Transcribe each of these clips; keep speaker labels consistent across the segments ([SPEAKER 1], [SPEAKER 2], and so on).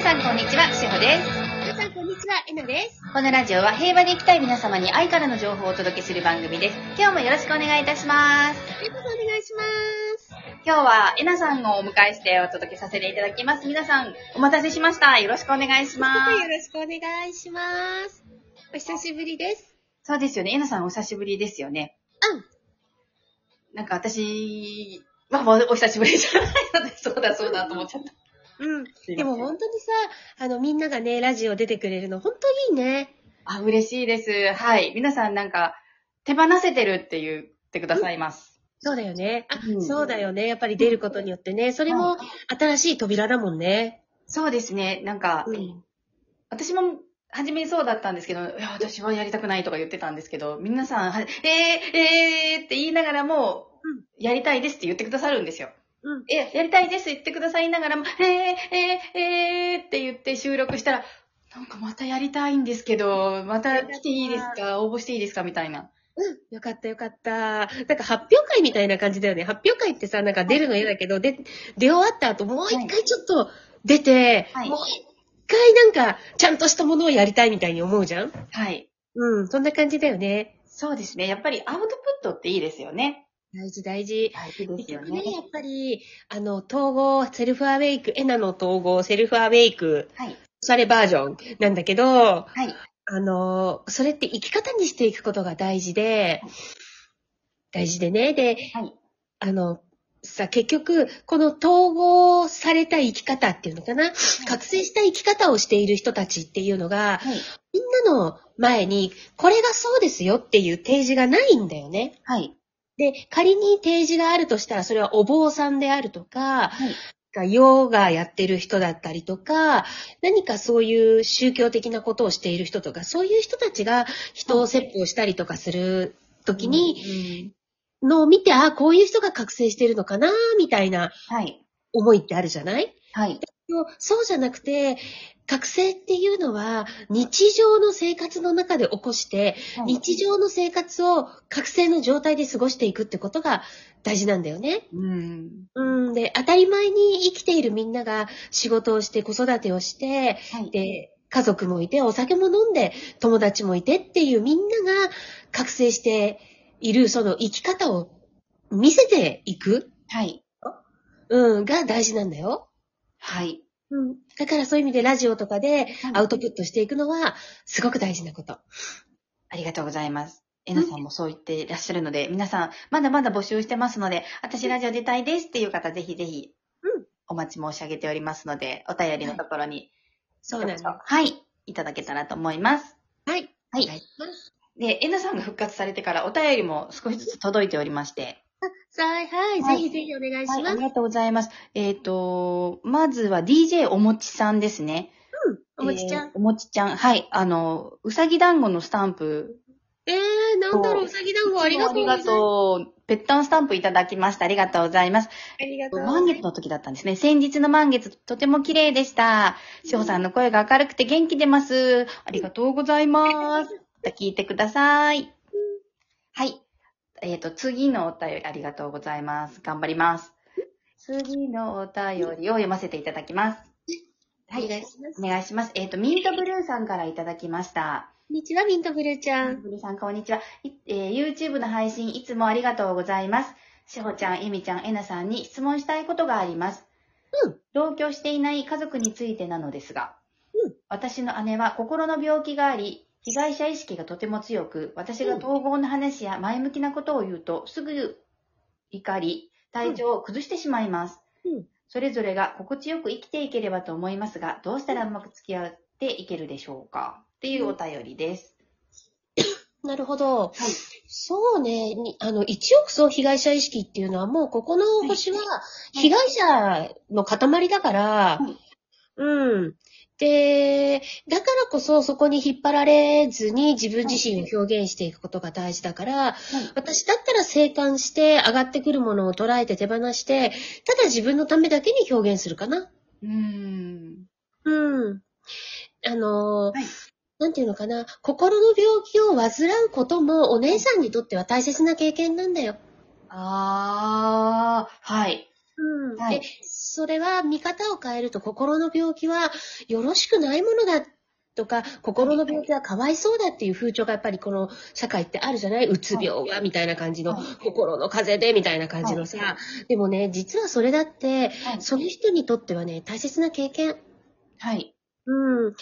[SPEAKER 1] さんこんにちは、しほです。
[SPEAKER 2] 皆さん、こんにちは。えなです。
[SPEAKER 1] このラジオは平和で生きたい皆様に愛からの情報をお届けする番組です。今日もよろしくお願いいたします。
[SPEAKER 2] えなさん、お願いします。
[SPEAKER 1] 今日はえなさんをお迎えしてお届けさせていただきます。皆さん、お待たせしました。よろしくお願いします。
[SPEAKER 2] よろしくお願いします。お久しぶりです。
[SPEAKER 1] そうですよね。えなさんお久しぶりですよね。
[SPEAKER 2] うん。
[SPEAKER 1] なんか私はもうお久しぶりじゃないので、そうだそうだと思っちゃった。
[SPEAKER 2] うん。
[SPEAKER 1] すいません
[SPEAKER 2] でも本当にさ、あの、みんながね、ラジオ出てくれるの、本当いいね。
[SPEAKER 1] あ、嬉しいです。はい。皆さんなんか、手放せてるって言ってくださいます。
[SPEAKER 2] そうだよね。あ、
[SPEAKER 1] うん
[SPEAKER 2] そうだよね。やっぱり出ることによってね、それも新しい扉だもんね。
[SPEAKER 1] そうですね。なんか、
[SPEAKER 2] うん。
[SPEAKER 1] 私も、初めそうだったんですけど、いや、私はやりたくないとか言ってたんですけど、皆さん、はえー、えーって言いながらも、
[SPEAKER 2] うん
[SPEAKER 1] やりたいですって言ってくださるんですよ。
[SPEAKER 2] うん。
[SPEAKER 1] え、やりたいです言ってくださいながらも、えー、えー、えーって言って収録したら、なんかまたやりたいんですけど、また来ていいですか応募していいですかみたいな。
[SPEAKER 2] よかったよかった。なんか発表会みたいな感じだよね。発表会ってさ、なんか出るの嫌だけど、で、出終わった後、もう一回ちょっと出て、
[SPEAKER 1] はい
[SPEAKER 2] もう一回なんか、ちゃんとしたものをやりたいみたいに思うじゃん
[SPEAKER 1] はい。
[SPEAKER 2] うん、そんな感じだよね。
[SPEAKER 1] そうですね。やっぱりアウトプットっていいですよね。
[SPEAKER 2] 大事大事。
[SPEAKER 1] 大事で
[SPEAKER 2] 結局ね、やっぱり、あの、統合、セルフアウェイク、エナの統合、セルフアウェイク、
[SPEAKER 1] はい。
[SPEAKER 2] おしゃれバージョンなんだけど、
[SPEAKER 1] はい。
[SPEAKER 2] あの、それって生き方にしていくことが大事で、大事でね。で、
[SPEAKER 1] はい。
[SPEAKER 2] あの、さ、結局、この統合された生き方っていうのかな、覚醒した生き方をしている人たちっていうのが、
[SPEAKER 1] はい。
[SPEAKER 2] みんなの前に、これがそうですよっていう提示がないんだよね。
[SPEAKER 1] はい。
[SPEAKER 2] で、仮に提示があるとしたら、それはお坊さんであるとか、
[SPEAKER 1] はい
[SPEAKER 2] ヨガやってる人だったりとか、何かそういう宗教的なことをしている人とか、そういう人たちが人を説法したりとかする時に、
[SPEAKER 1] に、
[SPEAKER 2] のを見て、ああ、こういう人が覚醒してるのかな、みたいな
[SPEAKER 1] はい。
[SPEAKER 2] 思いってあるじゃない
[SPEAKER 1] はい。
[SPEAKER 2] でもそうじゃなくて、覚醒っていうのは、日常の生活の中で起こして、日常の生活を覚醒の状態で過ごしていくってことが大事なんだよね。
[SPEAKER 1] うん。
[SPEAKER 2] うん、で、当たり前に生きているみんなが仕事をして子育てをして、
[SPEAKER 1] はい。
[SPEAKER 2] で、家族もいて、お酒も飲んで、友達もいてっていうみんなが覚醒しているその生き方を見せていく、
[SPEAKER 1] はい。
[SPEAKER 2] うん、が大事なんだよ。
[SPEAKER 1] はい。
[SPEAKER 2] うん。だからそういう意味でラジオとかでアウ
[SPEAKER 1] ト。
[SPEAKER 2] トプットしていくのはすごく大事なこと。
[SPEAKER 1] ありがとうございます。えなさんもそう言っていらっしゃるので、皆さん、まだまだ募集してますので、私ラジオ出たいですっていう方、ぜひぜひ
[SPEAKER 2] うん、
[SPEAKER 1] お待ち申し上げておりますので、お便りのところに、
[SPEAKER 2] そうなんだ。
[SPEAKER 1] はい。いただけたらと思います。
[SPEAKER 2] はい。
[SPEAKER 1] は
[SPEAKER 2] お願
[SPEAKER 1] い。
[SPEAKER 2] いします
[SPEAKER 1] で、えなさんが復活されてからお便りも少しずつ届いておりまして、
[SPEAKER 2] はい、はい、
[SPEAKER 1] はい
[SPEAKER 2] ぜひぜひお願いし
[SPEAKER 1] はい、
[SPEAKER 2] ま
[SPEAKER 1] あ
[SPEAKER 2] す。
[SPEAKER 1] りがとうございます。えっ、と、まずは DJ おもちさんですね。
[SPEAKER 2] おもちちゃん
[SPEAKER 1] え。ーおもちちゃん。はい。あの、うさぎ団子のスタンプ。
[SPEAKER 2] えー、なんだろう、うさぎ団子ありがと
[SPEAKER 1] あ
[SPEAKER 2] う
[SPEAKER 1] り
[SPEAKER 2] ござ
[SPEAKER 1] が
[SPEAKER 2] います。
[SPEAKER 1] とう。ぺったんスタンプいただきました。ありがとうございます。
[SPEAKER 2] ありがとう。
[SPEAKER 1] 満月の時だったんですね。先日の満月、とても綺麗でした。しほさんの声が明るくて元気出ます。ありがとうございます。また聞いてください。はい。えっ、と、次のお便りありがとうございます。頑張ります。次のお便りを読ませていただきます。は
[SPEAKER 2] お願い
[SPEAKER 1] い。
[SPEAKER 2] します。
[SPEAKER 1] お願いします。えっ、と、ミントブルーさんからいただきました。
[SPEAKER 2] こんにちは、ミントブルーちゃん。
[SPEAKER 1] ブルさん、こんにちは、いえー YouTube の配信いつもありがとうございます。しほちゃん、えみちゃん、えなさんに質問したいことがあります。
[SPEAKER 2] うん
[SPEAKER 1] 同居していない家族についてなのですが、
[SPEAKER 2] うん
[SPEAKER 1] 私の姉は心の病気があり、被害者意識がとても強く、私が統合の話や前向きなことを言うと、すぐ怒り、体調を崩してしまいます。
[SPEAKER 2] うん
[SPEAKER 1] それぞれが心地よく生きていければと思いますが、どうしたらうまく付き合っていけるでしょうかっていうお便りです。
[SPEAKER 2] なるほど。
[SPEAKER 1] はい
[SPEAKER 2] そうね、にあの、一億総被害者意識っていうのはもうここの星は
[SPEAKER 1] はい
[SPEAKER 2] 被害者の塊だから、
[SPEAKER 1] はい
[SPEAKER 2] うん。で、だからこそそこに引っ張られずに自分自身を表現していくことが大事だから、私だったら静観して上がってくるものを捉えて手放して、ただ自分のためだけに表現するかな。
[SPEAKER 1] うーん。
[SPEAKER 2] うん。あのー
[SPEAKER 1] はい
[SPEAKER 2] なんていうのかな、心の病気を患うこともお姉さんにとっては大切な経験なんだよ。
[SPEAKER 1] ああ、はい。
[SPEAKER 2] うん
[SPEAKER 1] はい
[SPEAKER 2] で、それは見方を変えると心の病気はよろしくないものだとか、心の病気はかわいそうだっていう風潮がやっぱりこの社会ってあるじゃないうつ病がみたいな感じの、
[SPEAKER 1] はい
[SPEAKER 2] 心の風邪でみたいな感じの
[SPEAKER 1] は
[SPEAKER 2] さ。でもね、実はそれだっ
[SPEAKER 1] は
[SPEAKER 2] て、
[SPEAKER 1] い。
[SPEAKER 2] その人にとってはね、大切な経験。
[SPEAKER 1] はい。
[SPEAKER 2] うん。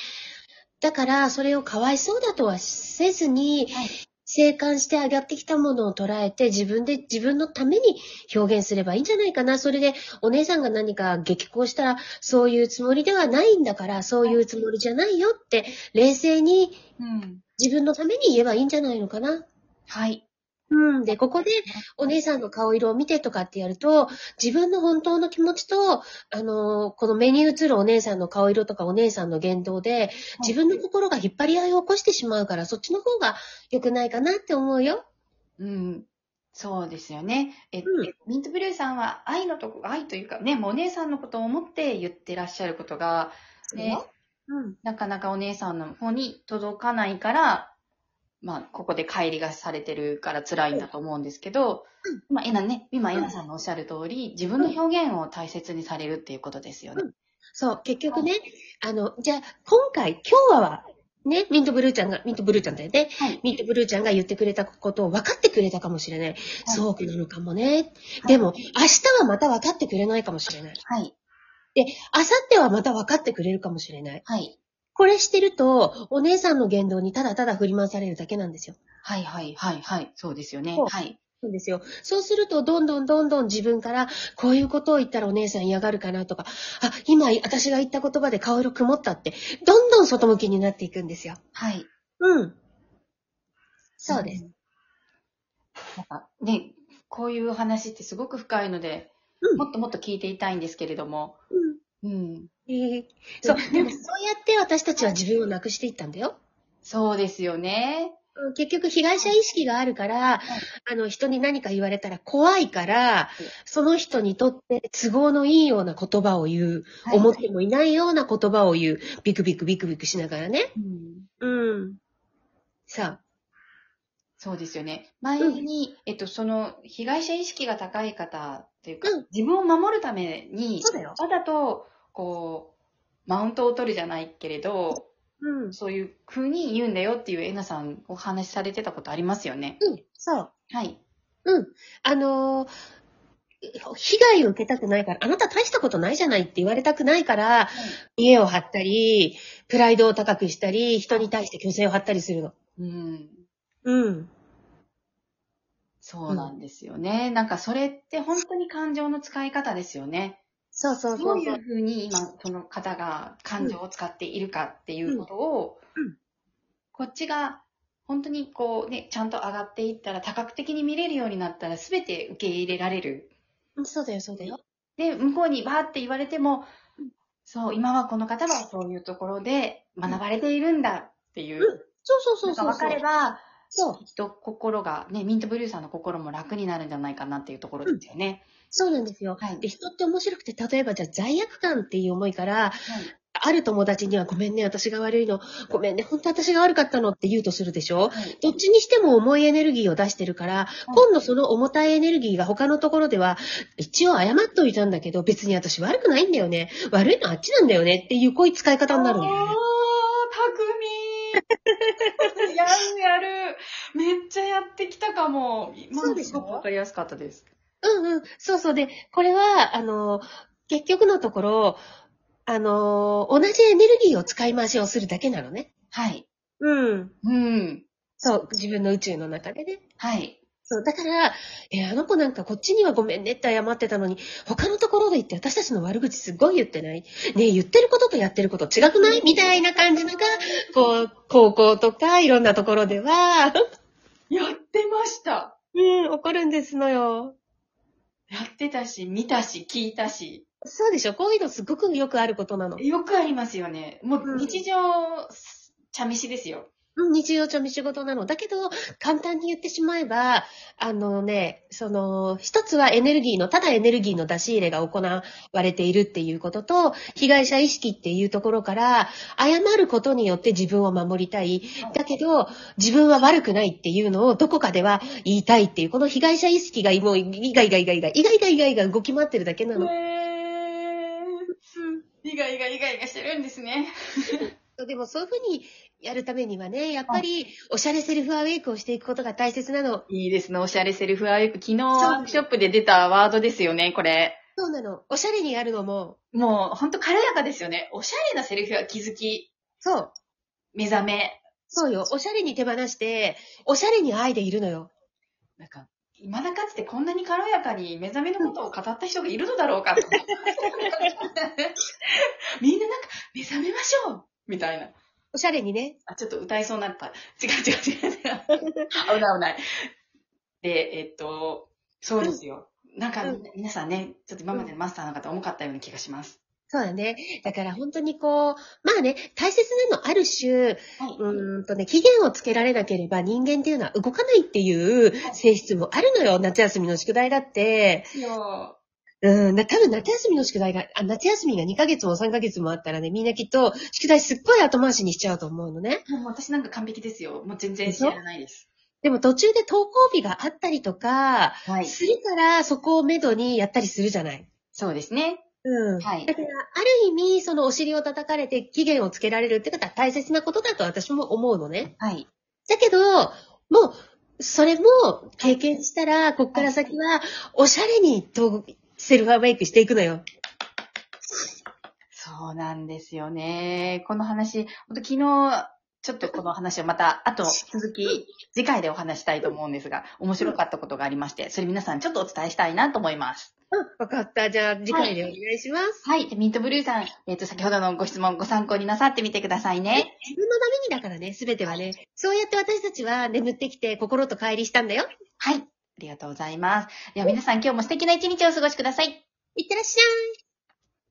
[SPEAKER 2] だから、それをかわいそうだとはせずに、
[SPEAKER 1] はい
[SPEAKER 2] 生還して上がってきたものを捉えて、自分で自分のために表現すればいいんじゃないかな。それで、お姉さんが何か激高したら、そういうつもりではないんだから、そういうつもりじゃないよって、冷静に
[SPEAKER 1] うん。
[SPEAKER 2] 自分のために言えばいいんじゃないのかな。
[SPEAKER 1] はい。
[SPEAKER 2] うん。で、ここで、お姉さんの顔色を見てとかってやると、自分の本当の気持ちと、あのーこの目に映るお姉さんの顔色とかお姉さんの言動で、自分の心が引っ張り合いを起こしてしまうから、そっちの方が良くないかなって思うよ。
[SPEAKER 1] うん。そうですよね。え、
[SPEAKER 2] うん
[SPEAKER 1] えミントブルーさんは愛のとこ、愛というかね、もうお姉さんのことを思って言ってらっしゃることが、ね、
[SPEAKER 2] うん。
[SPEAKER 1] なかなかお姉さんの方に届かないから、まあ、ここで帰りがされてるから辛いんだと思うんですけど、まあ、えなね、今、えなさんのおっしゃる通り、自分の表現を大切にされるっていうことですよね。
[SPEAKER 2] そう、結局ね、あの、じゃあ、今回、今日は、ね、ミントブルーちゃんが、ミントブルーちゃんだよね。
[SPEAKER 1] はい
[SPEAKER 2] ミントブルーちゃんが言ってくれたことを分かってくれたかもしれない。そうなのかもね。でも、明日はまた分かってくれないかもしれない。
[SPEAKER 1] はい。
[SPEAKER 2] で、明後日はまた分かってくれるかもしれない。
[SPEAKER 1] はい。
[SPEAKER 2] これしてると、お姉さんの言動にただただ振り回されるだけなんですよ。
[SPEAKER 1] はい、はい、はい、はい。そうですよね。
[SPEAKER 2] そう
[SPEAKER 1] はい。
[SPEAKER 2] そうですよ。そうすると、どんどんどんどん自分から、こういうことを言ったらお姉さん嫌がるかなとか、あ、今私が言った言葉で顔色曇ったって、どんどん外向きになっていくんですよ。
[SPEAKER 1] はい。
[SPEAKER 2] うん。そうです。
[SPEAKER 1] す。なんか、ね、こういう話ってすごく深いので、
[SPEAKER 2] うん
[SPEAKER 1] もっともっと聞いていたいんですけれども、
[SPEAKER 2] うん。
[SPEAKER 1] うん。
[SPEAKER 2] ええそう、でもそうやって私たちは自分をなくしていったんだよ。
[SPEAKER 1] そうですよね。
[SPEAKER 2] うん結局、被害者意識があるから、あの、人に何か言われたら怖いから
[SPEAKER 1] うん、
[SPEAKER 2] その人にとって都合のいいような言葉を言う、
[SPEAKER 1] はい
[SPEAKER 2] 思ってもいないような言葉を言う、ビクビクビクビクしながらね。
[SPEAKER 1] うん
[SPEAKER 2] うん。さあ。
[SPEAKER 1] そうですよね。前に、えっと、その、被害者意識が高い方っていうか、
[SPEAKER 2] うん
[SPEAKER 1] 自分を守るために、
[SPEAKER 2] そうだよ
[SPEAKER 1] わざと、こう、マウントを取るじゃないけれど、
[SPEAKER 2] うん。
[SPEAKER 1] そういう風に言うんだよっていうえなさんお話しされてたことありますよね。
[SPEAKER 2] うん。そう。
[SPEAKER 1] はい。
[SPEAKER 2] うん。あのー被害を受けたくないから、あなた大したことないじゃないって言われたくないから、家を張ったり、プライドを高くしたり、人に対して虚勢を張ったりするの。
[SPEAKER 1] うん。
[SPEAKER 2] うん。
[SPEAKER 1] そうなんですよね。なんかそれって本当に感情の使い方ですよね。
[SPEAKER 2] そうそ
[SPEAKER 1] ど
[SPEAKER 2] うそうう
[SPEAKER 1] い
[SPEAKER 2] そう
[SPEAKER 1] うふうに今その方が感情を使っているかっていうことを、
[SPEAKER 2] うんうん
[SPEAKER 1] こっちが本当にこうね、ちゃんと上がっていったら多角的に見れるようになったら全て受け入れられる。
[SPEAKER 2] うん。そうだよ、そうだよ。
[SPEAKER 1] で、向こうにバーって言われても、そう、今はこの方はそういうところで学ばれているんだっていう、
[SPEAKER 2] うんそうそ
[SPEAKER 1] な
[SPEAKER 2] うんそ
[SPEAKER 1] か
[SPEAKER 2] うそ
[SPEAKER 1] 分
[SPEAKER 2] うそ
[SPEAKER 1] か
[SPEAKER 2] う。
[SPEAKER 1] れば、
[SPEAKER 2] そう。
[SPEAKER 1] きっと心が、ね、ミントブルーさんの心も楽になるんじゃないかなっていうところですよね。
[SPEAKER 2] そうなんですよ。
[SPEAKER 1] はい
[SPEAKER 2] で、人って面白くて、例えばじゃあ罪悪感っていう思いから、
[SPEAKER 1] はい
[SPEAKER 2] ある友達にはごめんね、私が悪いの。ごめんね、本当私が悪かったのって言うとするでし
[SPEAKER 1] は
[SPEAKER 2] ょ
[SPEAKER 1] い
[SPEAKER 2] どっちにしても重いエネルギーを出してるから、今度その重たいエネルギーが他のところでは、一応謝っといたんだけど、別に私悪くないんだよね。悪いのあっちなんだよねっていうこういう使い 方になるんだよ
[SPEAKER 1] あ
[SPEAKER 2] ね。
[SPEAKER 1] ー、たくみやるやる。めっちゃやってきたかも。今
[SPEAKER 2] そ
[SPEAKER 1] の
[SPEAKER 2] うですしょ
[SPEAKER 1] ごくわかりやすかったです。
[SPEAKER 2] うんうん。そうそう。で、これは、あの、結局のところ、あの、同じエネルギーを使い回しをするだけなのね。
[SPEAKER 1] はい。
[SPEAKER 2] うん。
[SPEAKER 1] うん。
[SPEAKER 2] そう、自分の宇宙の中でね。
[SPEAKER 1] はい。
[SPEAKER 2] そう、だから、えーあの子なんかこっちにはごめんねって謝ってたのに、他のところで言って私たちの悪口すっごい言ってないねえ言ってることとやってること違くないみたいな感じのが、こう、高校とかいろんなところでは、
[SPEAKER 1] やってました。
[SPEAKER 2] うん、怒るんですのよ。
[SPEAKER 1] やってたし、見たし、聞いたし。
[SPEAKER 2] そうでしょこういうのすごくよくあることなの。
[SPEAKER 1] よくありますよね。も
[SPEAKER 2] う
[SPEAKER 1] う、
[SPEAKER 2] ん
[SPEAKER 1] 日常、茶飯ですよ。
[SPEAKER 2] うん、日常ちょみ仕事なの。だけど、簡単に言ってしまえば、あのね、その、一つはエネルギーの、ただエネルギーの出し入れが行われているっていうことと、被害者意識っていうところから、謝ることによって自分を守りたい。だけど、自分は悪くないっていうのをどこかでは言いたいっていう、この被害者意識がもう、イガイガイガイガイ、イガイガイガイガイ動き回ってるだけなの。
[SPEAKER 1] へー。イガイガイガイガしてるんですね。
[SPEAKER 2] でもそういうふうにやるためにはね、やっぱり、おしゃれセルフアウェイクをしていくことが大切なの。
[SPEAKER 1] いいですね。おしゃれセルフアイク。昨日、
[SPEAKER 2] そう
[SPEAKER 1] ワークショップで出たワードですよね、これ。
[SPEAKER 2] そうなの。おしゃれにやるのも、
[SPEAKER 1] もう、ほんと軽やかですよね。おしゃれなセルフは気づき、
[SPEAKER 2] そう。
[SPEAKER 1] 目覚め。
[SPEAKER 2] そうよ。おしゃれに手放して、おしゃれに愛でいるのよ。
[SPEAKER 1] なんか、未だかつてこんなに軽やかに目覚めのことを語った人がいるのだろう かと。みんななんか、目覚めましょうみたいな。
[SPEAKER 2] おしゃれにね。
[SPEAKER 1] あ、ちょっと歌いそうになった。違う違う違う違う。危ない危ない。で、えっと、そうですよ。なんか、
[SPEAKER 2] うん
[SPEAKER 1] 皆さんね、ちょっと今までのマスターの方重かったような気がします。
[SPEAKER 2] そうだね。だから本当にこう、まあね、大切なのある種、
[SPEAKER 1] はい。
[SPEAKER 2] うーんとね、期限をつけられなければ人間っていうのは動かないっていう性質もあるのよ。夏休みの宿題だって。
[SPEAKER 1] ですよ。
[SPEAKER 2] うん、な多分夏休みの宿題が、あ夏休みが2ヶ月も3ヶ月もあったらね、みんなきっと宿題すっごい後回しにしちゃうと思うのね。
[SPEAKER 1] もう私なんか完璧ですよ。もう全然
[SPEAKER 2] で
[SPEAKER 1] 知
[SPEAKER 2] しょ
[SPEAKER 1] らないです。
[SPEAKER 2] でも途中で登校日があったりとか、
[SPEAKER 1] は
[SPEAKER 2] するからそこをめどにやったりするじゃない。
[SPEAKER 1] そうですね。
[SPEAKER 2] うん。
[SPEAKER 1] はい
[SPEAKER 2] だ。から、ある意味、そのお尻を叩かれて期限をつけられるってことは大切なことだと私も思うのね。
[SPEAKER 1] はい。
[SPEAKER 2] だけど、もう、それも経験したら、こっから先は、おしゃれにとセルフアウェイクしていくのよ。
[SPEAKER 1] そうなんですよね。この話、ほんと昨日、ちょっとこの話をまた、あと続き、次回でお話したいと思うんですが、面白かったことがありまして、それ皆さんちょっとお伝えしたいなと思います。
[SPEAKER 2] うん、わかった。じゃあ、次回でお願いします。
[SPEAKER 1] はい。でミートブルーさん、えっ、と、先ほどのご質問ご参考になさってみてくださいね。
[SPEAKER 2] 自分のためにだからね、すべてはね。そうやって私たちは眠ってきて心と乖離したんだよ。
[SPEAKER 1] はい。ありがとうございます。では皆さん今日も素敵な一日をお過ごしください。
[SPEAKER 2] いってらっしゃい。